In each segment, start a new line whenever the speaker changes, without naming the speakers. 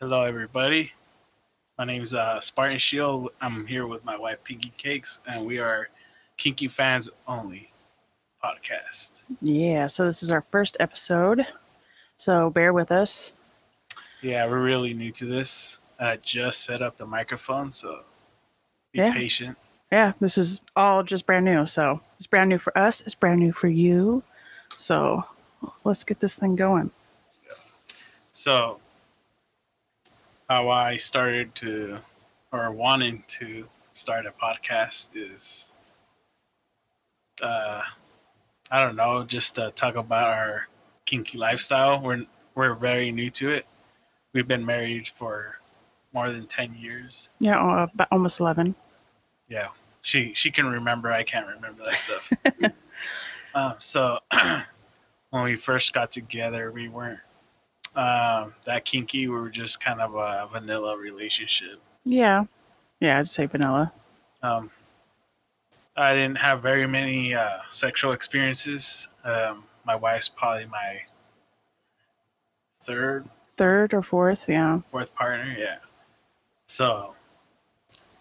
Hello, everybody. My name is uh, Spartan Shield. I'm here with my wife, Pinky Cakes, and we are Kinky Fans Only podcast.
Yeah, so this is our first episode. So bear with us.
Yeah, we're really new to this. I just set up the microphone, so be
Yeah.
patient.
Yeah, this is all just brand new. So it's brand new for us, it's brand new for you. So let's get this thing going.
So, how I started to or wanting to start a podcast is, uh, I don't know, just to talk about our kinky lifestyle. We're we're very new to it. We've been married for more than ten years.
Yeah, uh, about almost 11.
Yeah, she she can remember. I can't remember that stuff. um, so when we first got together, we weren't um, that kinky. We were just kind of a vanilla relationship.
Yeah. Yeah, I'd say vanilla.
Um, I didn't have very many uh, sexual experiences. Um, my wife's probably my third
Third or fourth, yeah.
fourth partner, yeah. So,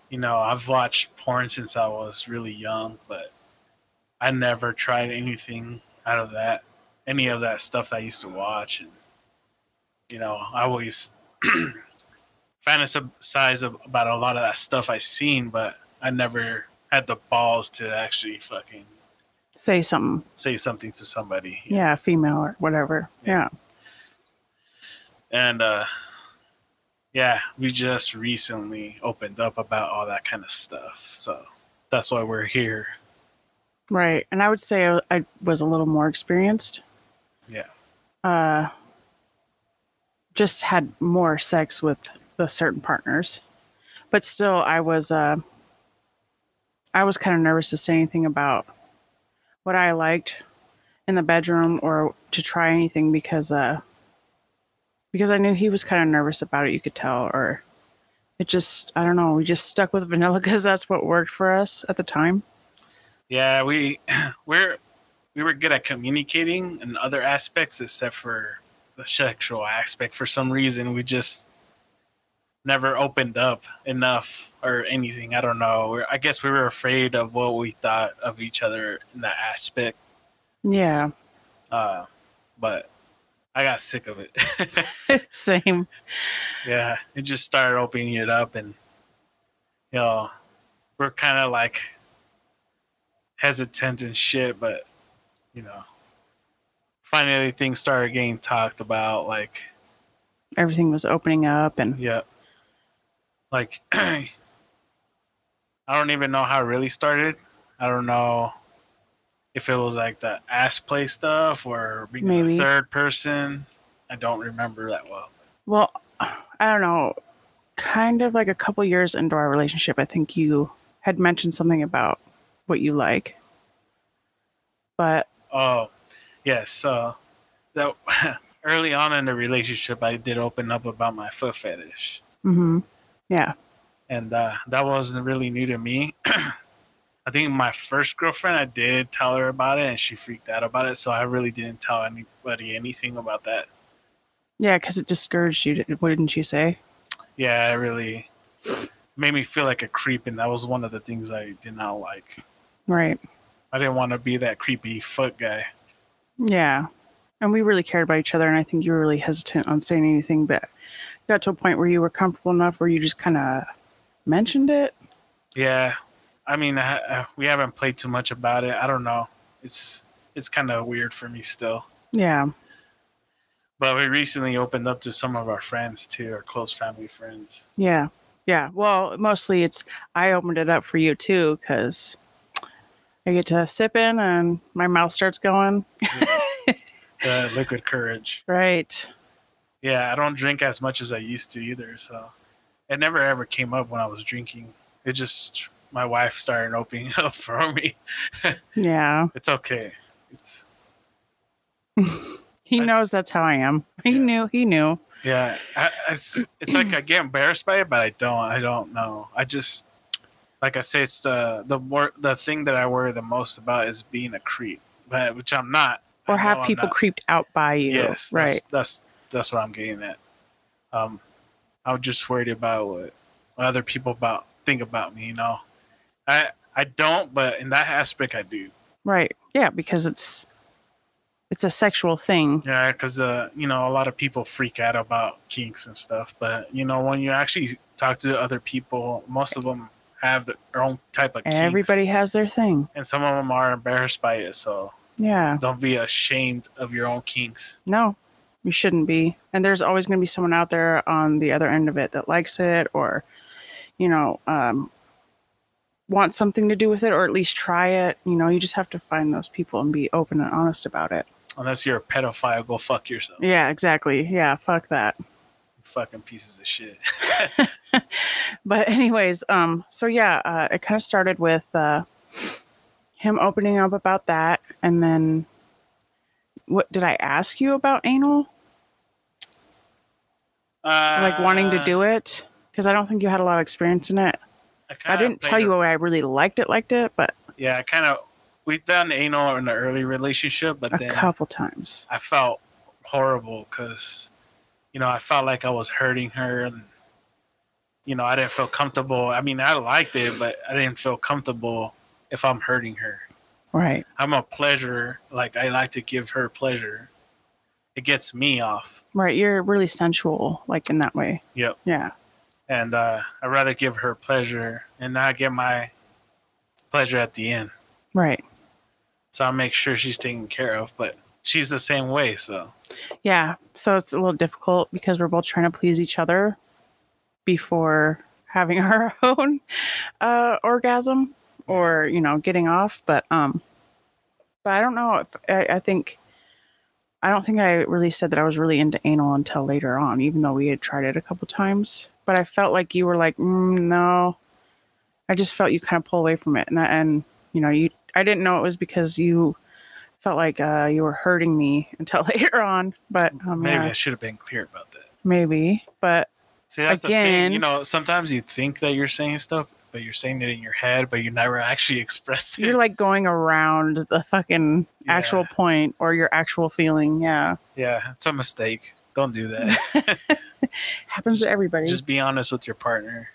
you know, I've watched porn since I was really young, but I never tried anything out of that, any of that stuff that I used to watch. And, you know, I always fantasize ab- about a lot of that stuff I've seen, but I never had the balls to actually fucking
Say something.
say something to somebody. you
Yeah, female or whatever. Yeah.
and uh yeah we just recently opened up about all that kind of stuff so that's why we're here
Right. And I would say I, I was a little more experienced.
Yeah.
Uh, just had more sex with the certain partners, but still, I was uh, I was kind of nervous to say anything about what I liked in the bedroom or to try anything because uh, because I knew he was kind of nervous about it. You could tell, or it just I don't know. We just stuck with vanilla because that's what worked for us at the time.
yeah we we're we were good at communicating and other aspects except for the sexual aspect for some reason we just never opened up enough or anything i don't know We're- i guess we were afraid of what we thought of each other in that aspect
Yeah.
uh but i got sick of it
Same.
Yeah, it just started opening it up, and you know, we're kind of like hesitant and shit, but you know, finally things started getting talked about. Like,
Everything was opening up and
yeah, like I don't even know how it really started. I don't know if it was like the ass play stuff or being
Maybe.
the third person. I don't remember that well.
well, I don't know, kind of like a couple years into our relationship, I think you had mentioned something about what you like. But
Oh, yes. So that early on in the relationship, I did open up about my foot fetish,
mhm. Yeah.
and uh, that wasn't really new to me. I think my first girlfriend, I did tell her about it, and she freaked out about it. So I really didn't tell anybody anything about that.
Yeah, cuz it discouraged you, didn't- wouldn't you say?
Yeah, it really made me feel like a creep, and that was one of the things I did not like.
Right.
I didn't want to be that creepy foot guy.
Yeah. And we really cared about each other and I think you were really hesitant on saying anything, but got to a point where you were comfortable enough where you just kind of mentioned it.
Yeah, I mean, I, I, we haven't played too much about it. I don't know. It's it's kind of weird for me still.
Yeah.
But we recently opened up to some of our friends too, our close family friends.
Yeah. Yeah. Well, mostly it's I opened it up for you too because I get to sip in and my mouth starts going.
The liquid courage.
Right.
Yeah, I don't drink as much as I used to either, so it never ever came up when I was drinking. It just my wife started opening up for me.
Yeah.
It's okay. It's
He
I-
knows that's how I am. He
Yeah.
knew. He knew.
yeah. I, it's it's like I get embarrassed by it, but I don't. I don't know. I just like I say, it's the the more the thing that I worry the most about is being a creep, but which I'm not. I
Or
know
have
I'm
people
not.
creeped out by you.
Yes,
right.
That's, that's that's what I'm getting at. Um, I was just worried about what other people about think about me. You know, I I don't, but in that aspect, I do.
Right. Yeah, because it's it's a sexual thing.
Yeah, because uh, you know, a lot of people freak out about kinks and stuff, but you know, when you actually talk to other people, most of them have their own type of kinks,
Everybody has their thing.
and some of them are embarrassed by it. So
Yeah.
don't be ashamed of your own kinks.
No, you shouldn't be. And there's always going to be someone out there on the other end of it that likes it or, you know, um, wants something to do with it or at least try it. You know, you just have to find those people and be open and honest about it.
Unless you're a pedophile, go fuck yourself.
Yeah, exactly. Yeah, fuck that.
Fucking pieces of shit.
But, anyways, um, so yeah, uh, it kind of started with uh, him opening up about that. And then, what did I ask you about anal?
Uh,
Like wanting to do it? Because I don't think you had a lot of experience in it. I
kinda
didn't
played
tell
a-
you why I really liked it, liked it, but
Yeah, I kind of we've done anal in the early relationship, but
a
then
couple times.
I felt horrible because you know I felt like I was hurting her, and you know I didn't feel comfortable. I mean, I liked it, but I didn't feel comfortable if I'm hurting her.
Right.
I'm a pleasure, like I like to give her pleasure. It gets me off.
Right. You're really sensual, like in that way.
Yep.
Yeah.
and uh, I'd rather give her pleasure and not get my pleasure at the end.
Right.
So I'll make sure she's taken care of, but she's the same way. So
Yeah. So it's a little difficult because we're both trying to please each other before having our own uh, orgasm or, you know, getting off. But, um, but I don't know if I, I think, I don't think I really said that I was really into anal until later on, even though we had tried it a couple times. But I felt like you were like, mm, no, I just felt you kind of pull away from it. And, I, and, you know, you, I didn't know it was because you felt like uh, you were hurting me until later on. But um,
maybe
yeah,
I should have been clear about that.
maybe. But
See, that's the
Again-
thing. You know, sometimes you think that you're saying stuff, but you're saying it in your head, but you never actually expressed it.
you're like going around the fucking
Yeah.
actual point or your actual feeling. Yeah.
yeah, it's a mistake. Don't do that.
Happens to everybody.
Just be honest with your partner.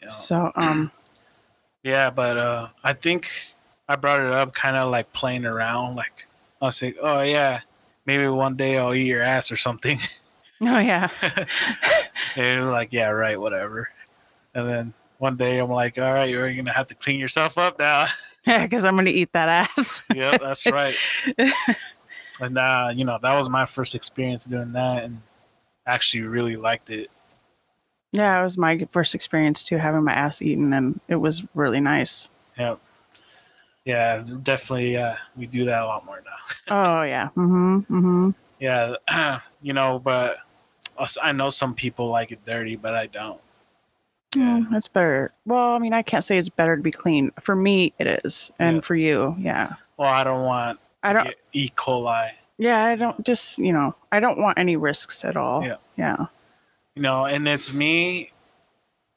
You know?
so, um,
Yeah, but uh, I think I brought it up kind of like playing around. Like I was like, oh yeah, maybe one day I'll eat your ass or something.
oh yeah.
and they were like, yeah, right, whatever. And then one day I'm like, all right, you're gonna have to clean yourself up now.
Yeah, because I'm going to eat that ass.
yep, that's right. and uh, you know, that was my first experience doing that, and actually really liked it.
yeah, it was my first experience too, having my ass eaten, and it was really nice.
Yep. Yeah, definitely. Uh, we do that a lot more now.
Oh yeah. Mm-hmm. Mm-hmm.
Yeah, you know, but us- I know some people like it dirty, but I don't. Yeah.
Mm, that's better. Well, I mean, I can't say it's better to be clean. For me, it is, and
Yeah.
for you, yeah.
Well, I don't want to
I don't.
get E. coli.
Yeah, I don't. Just you know, I don't want any risks at all.
Yeah.
Yeah.
You know, and it's me.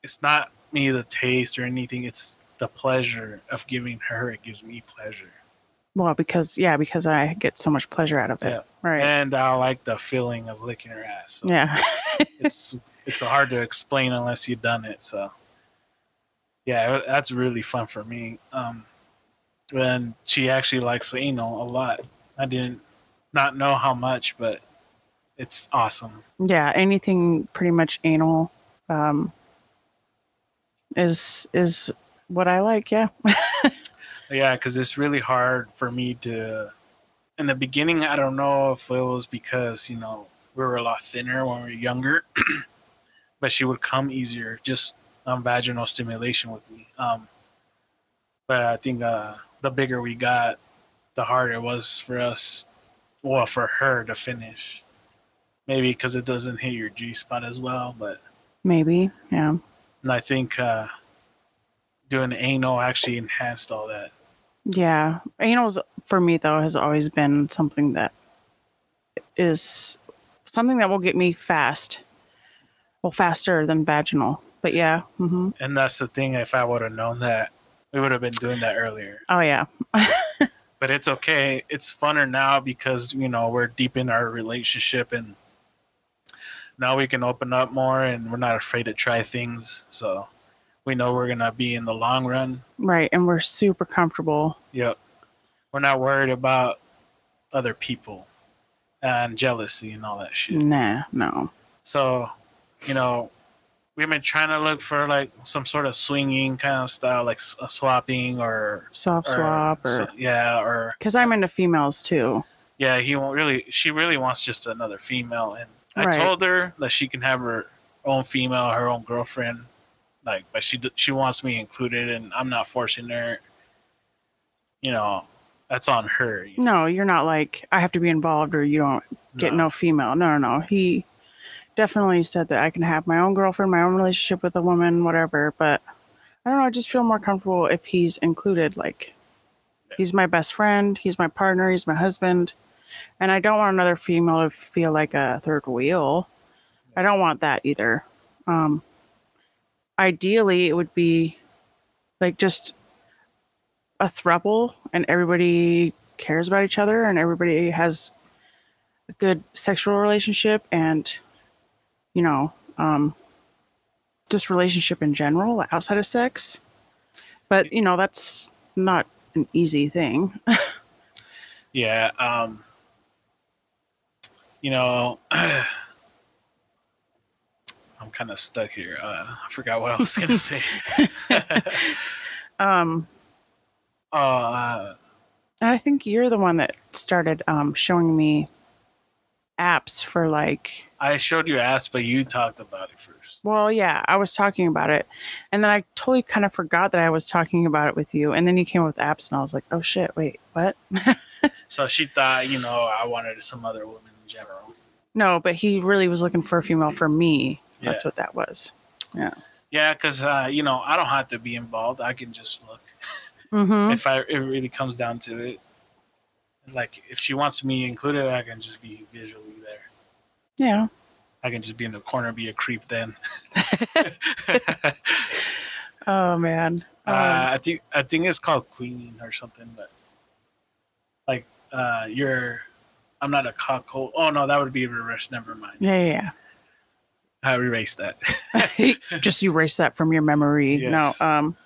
It's not me the taste or anything. It's the pleasure of giving her. It gives me pleasure,
Well, because yeah, because I get so much pleasure out of it.
Yeah.
Right.
and I like the feeling of licking her ass. So
yeah.
it's it's hard to explain unless you've done it. So yeah, that's really fun for me. Um, and she actually likes anal a lot. I didn't not know how much, but it's awesome.
yeah anything pretty much anal um is is what i like yeah
Yeah, because it's really hard for me to. In the beginning, I don't know if it was because you know we were a lot thinner when we were younger, but she would come easier just on vaginal stimulation with me. Um, but I think uh, the bigger we got, the harder it was for us, well, for her to finish. Maybe because it doesn't hit your G spot as well, but
maybe yeah
and I think uh, doing anal actually enhanced all that.
yeah anal's for me though has always been something that is something that will get me fast well faster than vaginal but yeah hmm
And that's the thing. If I would have known that, we would have been doing that earlier.
oh yeah
But it's okay. It's funner now because you know we're deep in our relationship and now we can open up more and we're not afraid to try things. So we know we're going to be in the long run.
Right. And we're super comfortable.
Yep. We're not worried about other people and jealousy and all that shit.
Nah, no.
So, you know, we've been trying to look for like some sort of swinging kind of style, like s- a swapping or,
Soft
or
swap or
so- yeah, or
because I'm into females too.
yeah, he won't really. She really wants just another female, and
Right.
I told her that she can have her own female, her own girlfriend, like, but she d- she wants me included, and I'm not forcing her. You know, that's on her. you
No, you're not like I have to be involved or you don't get
know?
no female. No, no, no. He definitely said that I can have my own girlfriend, my own relationship with a woman, whatever. But I don't know. I just feel more comfortable if he's included. Like, he's my best friend, he's my partner, he's my husband. And I don't want another female to feel like a third wheel. I don't want that either. Um, ideally, it would be like just a thruple and everybody cares about each other and everybody has a good sexual relationship and you know um just relationship in general outside of sex but you know that's not an easy thing
Yeah. Um, you know, I'm kind of stuck here. Uh, I forgot what I was gonna say.
um
Uh,
and i think you're the one that started um showing me apps for like
I showed you ass, but you talked about it first.
Well, yeah, I was talking about it. And then I totally kind of forgot that I was talking about it with you. And then you came up with apps, and I was like, oh shit, wait, what?
So she thought, you know, I wanted some other woman in general.
no, but he really was looking for a female for me. That's
Yeah.
what that was.
Yeah, because uh, you know, I don't have to be involved. I can just look
Mm-hmm.
if I it really comes down to it. Like if she wants me included, I can just be visually there.
yeah.
I can just be in the corner, be a creep then.
Oh, man. Um,
Uh, I think I think it's called Queen or something, but like uh you're I'm not a cockhold. Oh no, that would be reverse. Never mind.
Um, yeah, yeah,
I erased that.
yeah. Just erase that from your memory.
Yes.
No. Um,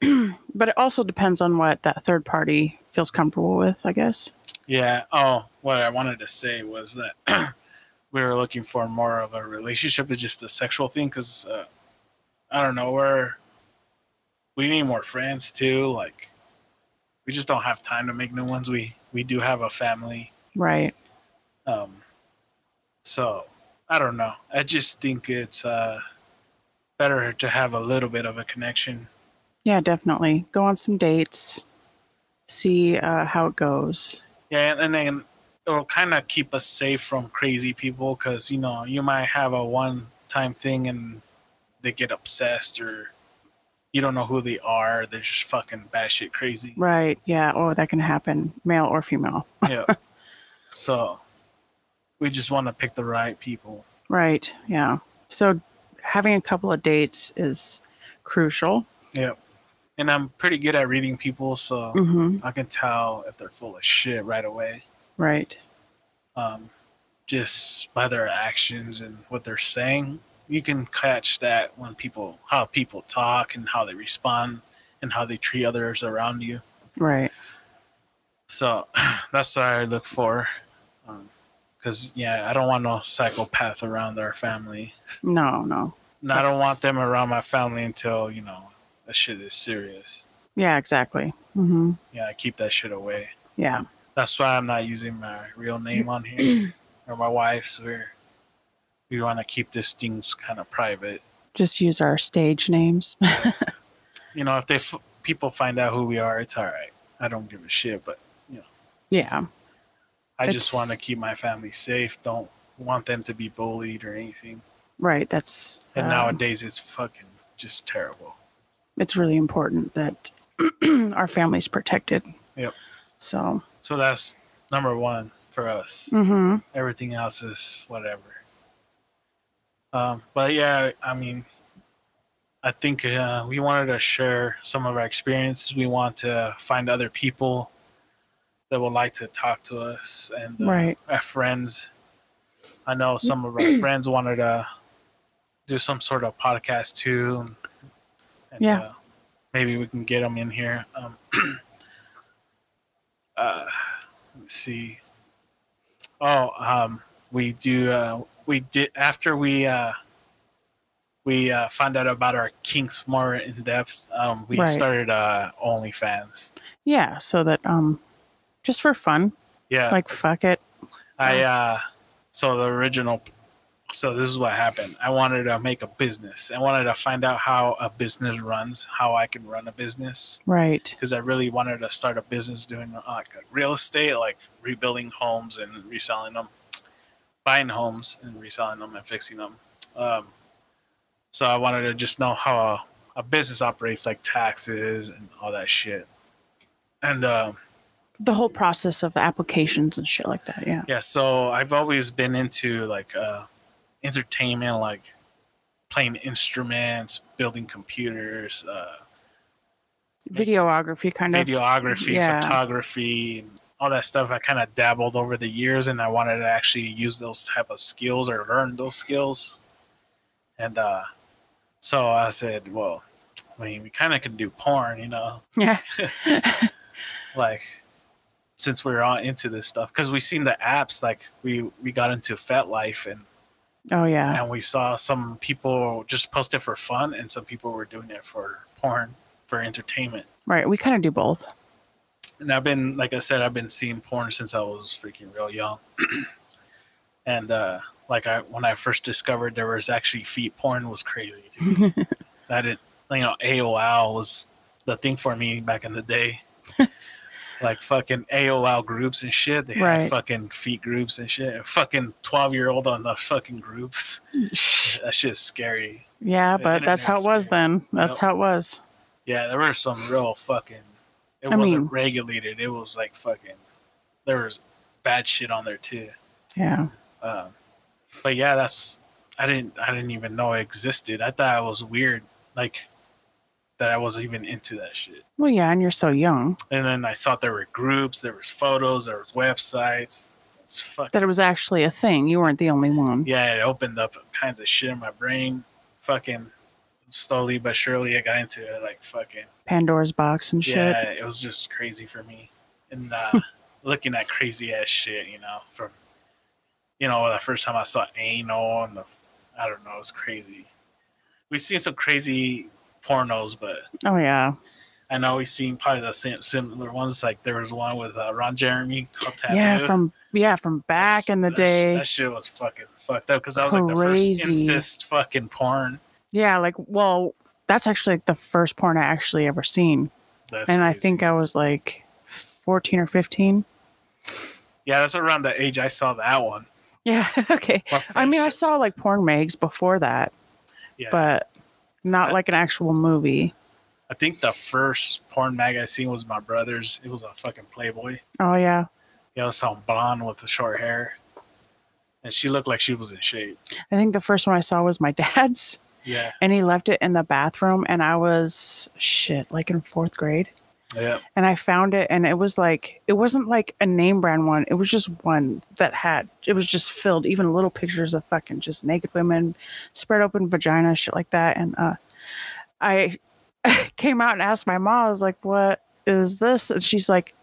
but it also depends on what that third party feels comfortable with, I guess.
yeah. Oh, what I wanted to say was that we were looking for more of a relationship. It's just a sexual thing because uh, I don't know. We're we need more friends too. Like we just don't have time to make new ones. We we do have a family.
Right.
Um, so I don't know. I just think it's uh, better to have a little bit of a connection.
Yeah, definitely. Go on some dates, see uh, how it goes.
Yeah, and then it'll kind of keep us safe from crazy people because you know you might have a one-time thing and they get obsessed or you don't know who they are. They're just fucking batshit crazy.
Right. Yeah. Oh, that can happen, male or female.
Yeah. So we just want to pick the right people.
Right. Yeah. So having a couple of dates is crucial.
Yeah. And I'm pretty good at reading people, so
Mm-hmm.
I can tell if they're full of shit right away.
Right.
um, just by their actions and what they're saying. You can catch that when people, how people talk and how they respond and how they treat others around you.
Right.
So that's what I look for. Because, yeah, I don't want no psychopath around our family.
No. No.
And I don't
That's-
want them around my family until, you know, that shit is serious.
Yeah. Exactly. Mm-hmm.
Yeah, I keep that shit away.
Yeah.
That's why I'm not using my real name on here or my wife's. We're, we want to keep these things kind of private.
Just use our stage names.
you know, if they f- people find out who we are, it's all right. I don't give a shit, but
yeah.
I just
It's-
want to keep my family safe. Don't want them to be bullied or anything.
Right. That's
And
um,
nowadays, it's fucking just terrible.
it's really important that our family's protected.
Yep.
So.
So that's number one for us.
Mm-hmm.
Everything else is whatever. Um, but yeah, I mean, I think uh, we wanted to share some of our experiences. We want to find other people that would like to talk to us and uh,
Right.
our friends I know some of our friends wanted to do some sort of podcast too. And, and,
Yeah.
uh, maybe we can get them in here. Um, uh, let's see. Oh, um, we do. Uh, we did after we uh, we uh, found out about our kinks more in depth. Um, we
Right.
started uh, OnlyFans.
Yeah, so that um just for fun.
Yeah,
Like fuck it.
I uh so the original so this is what happened. I wanted to make a business. I wanted to find out how a business runs, how I can run a business
Right.
because I really wanted to start a business doing uh, like real estate, like rebuilding homes and reselling them, buying homes and reselling them and fixing them. Um, so I wanted to just know how a, a business operates, like taxes and all that shit. And um
The whole process of the applications and shit like that, yeah.
yeah so i've always been into like uh entertainment like playing instruments building computers uh
Videography kind of
videography
yeah.
photography and all that stuff i kind of dabbled over the years and i wanted to actually use those type of skills or learn those skills and uh so i said well i mean we kind of can do porn you know
Yeah.
like since we are all into this stuff because we seen the apps like we we got into FetLife and
Oh yeah.
and we saw some people just post it for fun and some people were doing it for porn for entertainment
Right. We kind of do both.
and i've been like i said i've been seeing porn since i was freaking real young and uh like i when i first discovered there was actually feet porn was crazy to me i didn't you know aol was the thing for me back in the day like fucking aol groups and shit they
Right.
had fucking feet groups and shit fucking 12 year old on the fucking groups that shit's scary
Yeah,
The
but that's how it
internet's
was
scary.
then. That's
Yep.
how it was.
Yeah, there were some real fucking. It
I
wasn't
mean-
regulated. It was like fucking. There was bad shit on there too.
Yeah.
Um, but yeah, that's. I didn't. I didn't even know it existed. I thought it was weird, like that I was even into that shit.
Well, yeah, and you're so young
And then I saw there were groups, there was photos, there was websites. It's fucking.
that it was actually a thing. You weren't the only one.
yeah, it opened up kinds of shit in my brain. Fucking slowly but surely, I got into it. Like fucking.
Pandora's box and shit.
Yeah, it was just crazy for me. And uh, looking at crazy ass shit, you know, from, you know, the first time I saw anal and the, f- I don't know, it was crazy. We've seen some crazy pornos, but
Oh yeah.
I know we've seen probably the same similar ones. Like there was one with uh, Ron Jeremy called Taboo.
Yeah, from yeah, from
That
back
sh-
in the
that sh-
day.
That shit was fucking fucked up because that was like the first
Crazy.
incest fucking porn.
Yeah, like well, that's actually like the first porn I actually ever seen,
That's
and I
crazy.
think I was like fourteen or fifteen.
yeah, that's around the age I saw that one.
Yeah. Okay.
My
I mean, I
first-
saw like porn mags before that,
yeah.
but not
I-
like an actual movie.
I think the first porn mag I seen was my brother's. It was a fucking Playboy.
Oh yeah.
It was some blonde with the short hair, and she looked like she was in shape.
I think the first one I saw was my dad's,
Yeah,
and he left it in the bathroom, and I was shit like in fourth grade,
yeah,
and I found it, and it was like it wasn't like a name brand one. It was just one that had it was just filled even little pictures of fucking just naked women, spread open vagina, shit like that, and uh, I came out and asked my mom, I was like, "What is this?" And she's like.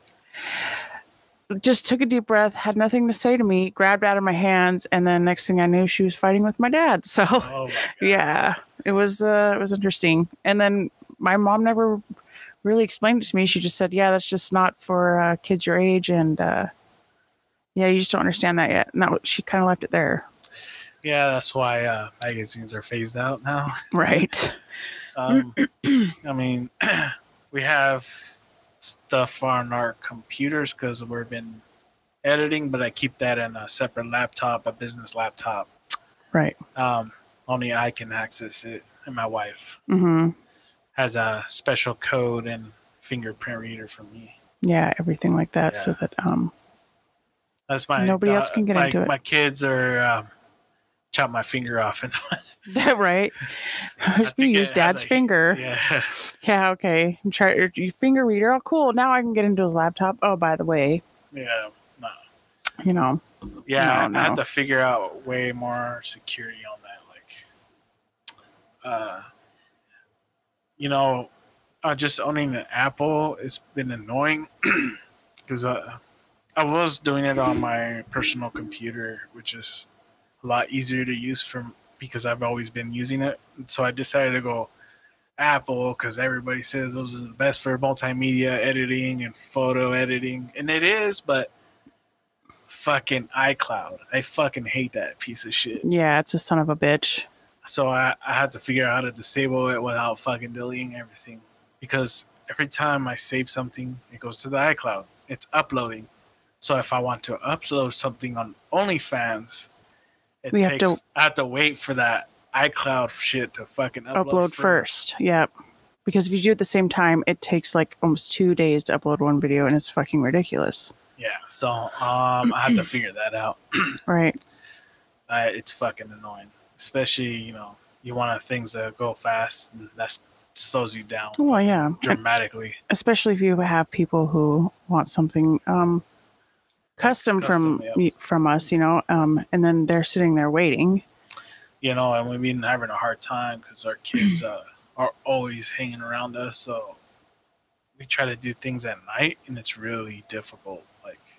Just took a deep breath, had nothing to say to me, grabbed out of my hands, and then next thing I knew, she was fighting with my dad. So,
oh my god,
yeah it was uh it was interesting and then my mom never really explained it to me she just said yeah that's just not for uh, kids your age and uh yeah you just don't understand that yet and that was, she kind of left it there
yeah. That's why uh, magazines are phased out now.
right
Um, I mean, we have stuff on our computers because we've been editing, but I keep that in a separate laptop, a business laptop.
right
Um, only I can access it, and my wife.
mm-hmm
has a special code and fingerprint reader for me.
yeah everything like that so
Yeah.
that um
That's my
Nobody else can get
my,
into it.
My kids are um, chop my finger off and
right you
think it
use
has
dad's
a-
finger yeah.
yeah,
okay try your, your finger reader oh cool now i can get into his laptop oh by the way
yeah, no.
you know,
Yeah,
No,
I had
no.
to figure out way more security on that. Like, uh, you know, uh, just owning an Apple has been annoying because uh, I was doing it on my personal computer, which is a lot easier to use from because I've always been using it. So I decided to go Apple because everybody says those are the best for multimedia editing and photo editing, and it is, but fucking iCloud. I fucking hate that piece of shit.
yeah, it's a son of a bitch.
So I, I had to figure out how to disable it without fucking deleting everything. Because every time I save something, it goes to the iCloud. It's uploading. So if I want to upload something on OnlyFans, it
We have
takes
to-
I have to wait for that iCloud shit to fucking upload,
Upload, first. Yep. Because if you do it at the same time, it takes like almost two days to upload one video and it's fucking ridiculous.
Yeah. So um I had to figure that out.
Right.
uh, it's fucking annoying. Especially, you know, you want things to go fast, and that slows you down
Oh, Well, yeah.
dramatically.
Especially if you have people who want something um, custom,
Custom,
from from us, you know, um, and then they're sitting there waiting.
You know, and we've been having a hard time because our kids uh, are always hanging around us. So we try to do things at night, and it's really difficult. Like,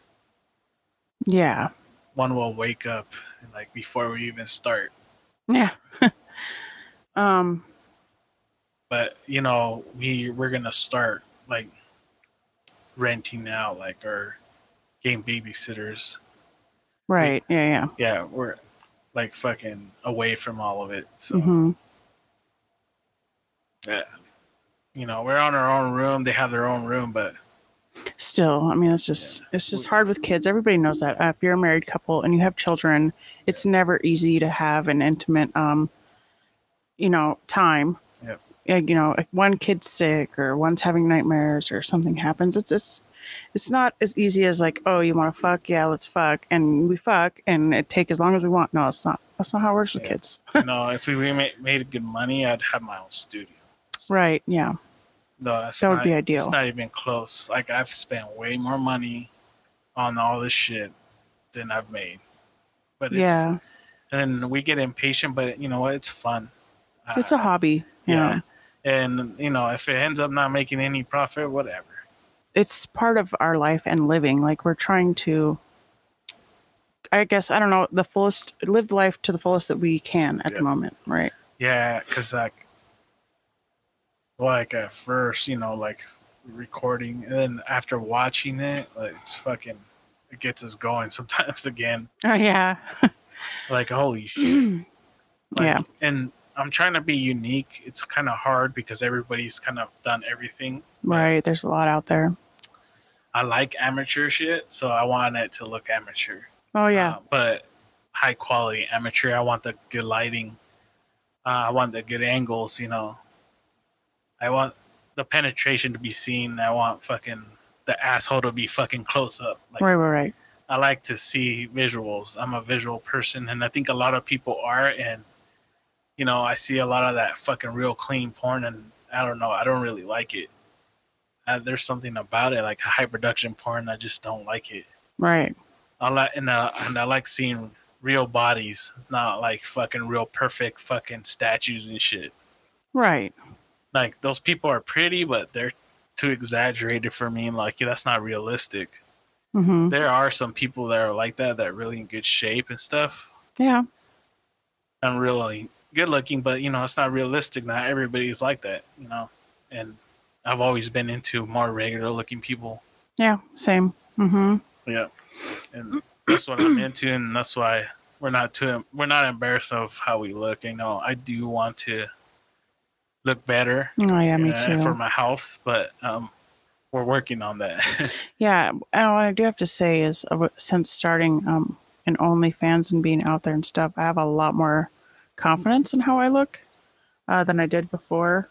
Yeah.
one will wake up, and like before we even start,
Yeah. um,
but you know we we're gonna start like renting out like our game babysitters
right. Yeah. Yeah.
yeah, we're like fucking away from all of it. So
hmm
you know, we're on our own room. They have their own room, but
still i mean it's just it's just hard with kids everybody knows that uh, if you're a married couple and you have children it's never easy to have an intimate um you know time
Yep.
Yeah, you know if one kid's sick or one's having nightmares or something happens it's it's it's not as easy as like oh you want to fuck yeah let's fuck and we fuck and it take as long as we want no it's not that's not how it works with
Yeah.
kids
you know, if we made, made good money, I'd have my own studio.
right yeah
No, that's
That would
not-
be ideal.
It's not even close. Like I've spent way more money on all this shit than I've made. But it's,
yeah
and then we get impatient. But you know what? It's fun.
it's a
Uh,
hobby yeah
And you know, if it ends up not making any profit, whatever.
it's part of our life and living like we're trying to i guess i don't know the fullest live life to the fullest that we can at
Yeah.
the moment right
Yeah, because like, like at first, you know, like recording, and then after watching it, like it's fucking, it gets us going sometimes again.
oh yeah
Like holy shit! Like,
Yeah.
and I'm trying to be unique. It's kind of hard because everybody's kind of done everything.
right there's a lot out there
I like amateur shit, so I want it to look amateur.
oh yeah
Uh, but high quality amateur. I want the good lighting. Uh, I want the good angles. You know, I want the penetration to be seen. I want fucking the asshole to be fucking close up. Like
right right right
I like to see visuals. I'm a visual person, and I think a lot of people are. And you know, I see a lot of that fucking real clean porn, and I don't know. I don't really like it. Uh, there's something about it, like high production porn. I just don't like it.
right
I like and, uh, and I like seeing real bodies, not like fucking real perfect fucking statues and shit.
right
Like those people are pretty, but they're too exaggerated for me. and Like that's not realistic.
mm-hmm.
There are some people that are like that that are really in good shape and stuff,
yeah
and really good looking, but you know it's not realistic. Not everybody's like that, you know. And I've always been into more regular looking people.
yeah same mm-hmm.
Yeah, and that's what I'm into, and that's why we're not too we're not embarrassed of how we look. You know, I do want to look better
oh yeah me
uh,
too
for my health, but um, we're working on that.
Yeah, and what I do have to say is, uh, since starting um, in OnlyFans and being out there and stuff, I have a lot more confidence in how I look uh, than I did before.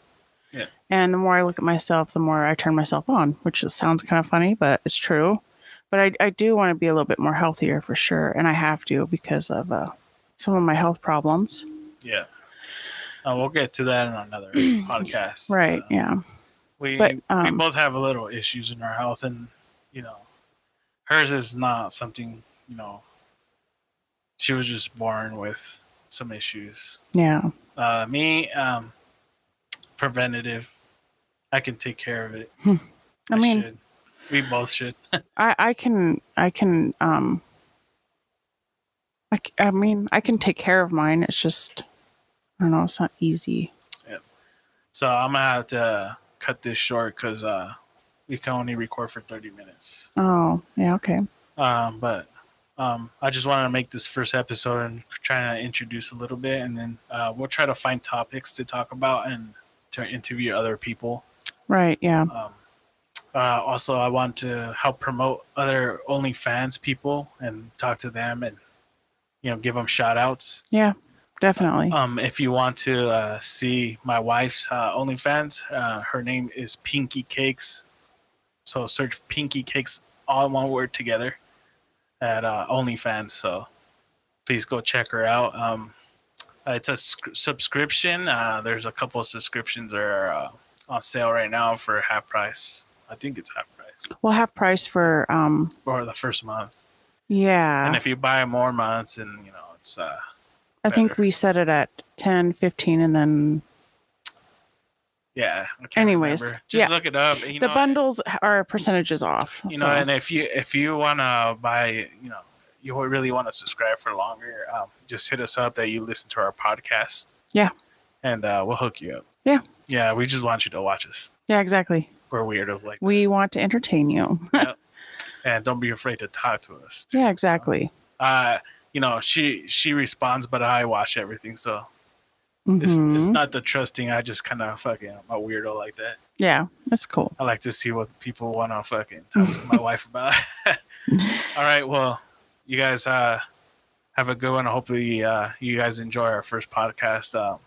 Yeah.
And the more I look at myself, the more I turn myself on, which is- sounds kind of funny, but it's true. But I, I do want to be a little bit more healthier for sure, and I have to because of uh, some of my health problems.
yeah, uh, we'll get to that in another podcast.
Right?
Uh,
Yeah.
we
But,
we
um,
both have a little issues in our health, and you know, hers is not something you know, she was just born with some issues.
Yeah.
Uh, me, um, preventative. I can take care of it.
I mean,
should. we both should.
I, I can I can um I, c- I mean I can take care of mine. It's just I don't know, it's not easy.
So I'm gonna have to uh, cut this short because uh, we can only record for 30 minutes.
Oh, yeah, okay.
Um, but um, I just wanted to make this first episode and trying to introduce a little bit, and then uh, we'll try to find topics to talk about and to interview other people.
Right, yeah.
Um, uh, also, I want to help promote other OnlyFans people and talk to them and you know give them shout outs.
Yeah, definitely.
Um, if you want to uh, see my wife's uh, OnlyFans, uh, her name is Pinky Cakes. So search Pinky Cakes all one word together at uh, OnlyFans. So please go check her out. Um, uh, it's a sc- subscription. Uh, there's a couple of subscriptions that are uh, on sale right now for half price. I think it's half price
We'll have price for um
for the first month. And
yeah.
if you buy more months, and you know it's uh,
I think
better.
we set it at 10, 15 and then
yeah. I can't
Anyways,
just
yeah.
look it up. You
the
know,
bundles are percentages off.
you
so-
know and if you if you want to buy you know you would really want to subscribe for longer um, just hit us up that you listen to our podcast
Yeah.
and uh, we'll hook you up
Yeah.
yeah we just want you to watch us
yeah, exactly.
we're weirdos like
We want to entertain you.
and don't be afraid to talk to us too.
yeah,
So,
exactly.
uh you know she she responds but i watch everything so it's, it's
Mhm.
not the trusting i just kind of fucking i'm a weirdo like that
yeah, that's cool.
I like to see what people want to fucking talk to my wife about. All right, well, you guys uh, have a good one. Hopefully, uh, you guys enjoy our first podcast. Um,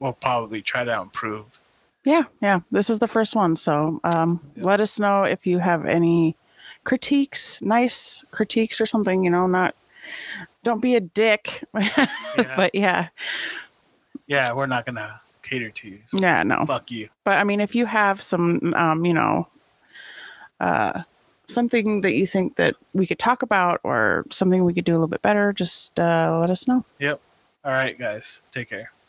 we'll probably try to improve.
Yeah, yeah. This is the first one, so um,
Yeah.
let us know if you have any critiques, nice critiques or something. You know, not don't be a dick,
Yeah,
but yeah,
yeah we're not gonna cater to you. So
yeah, no.
fuck you.
But I mean, if you have some, um, you know, uh, something that you think that we could talk about or something we could do a little bit better, just uh, let us know.
All right, guys, take care.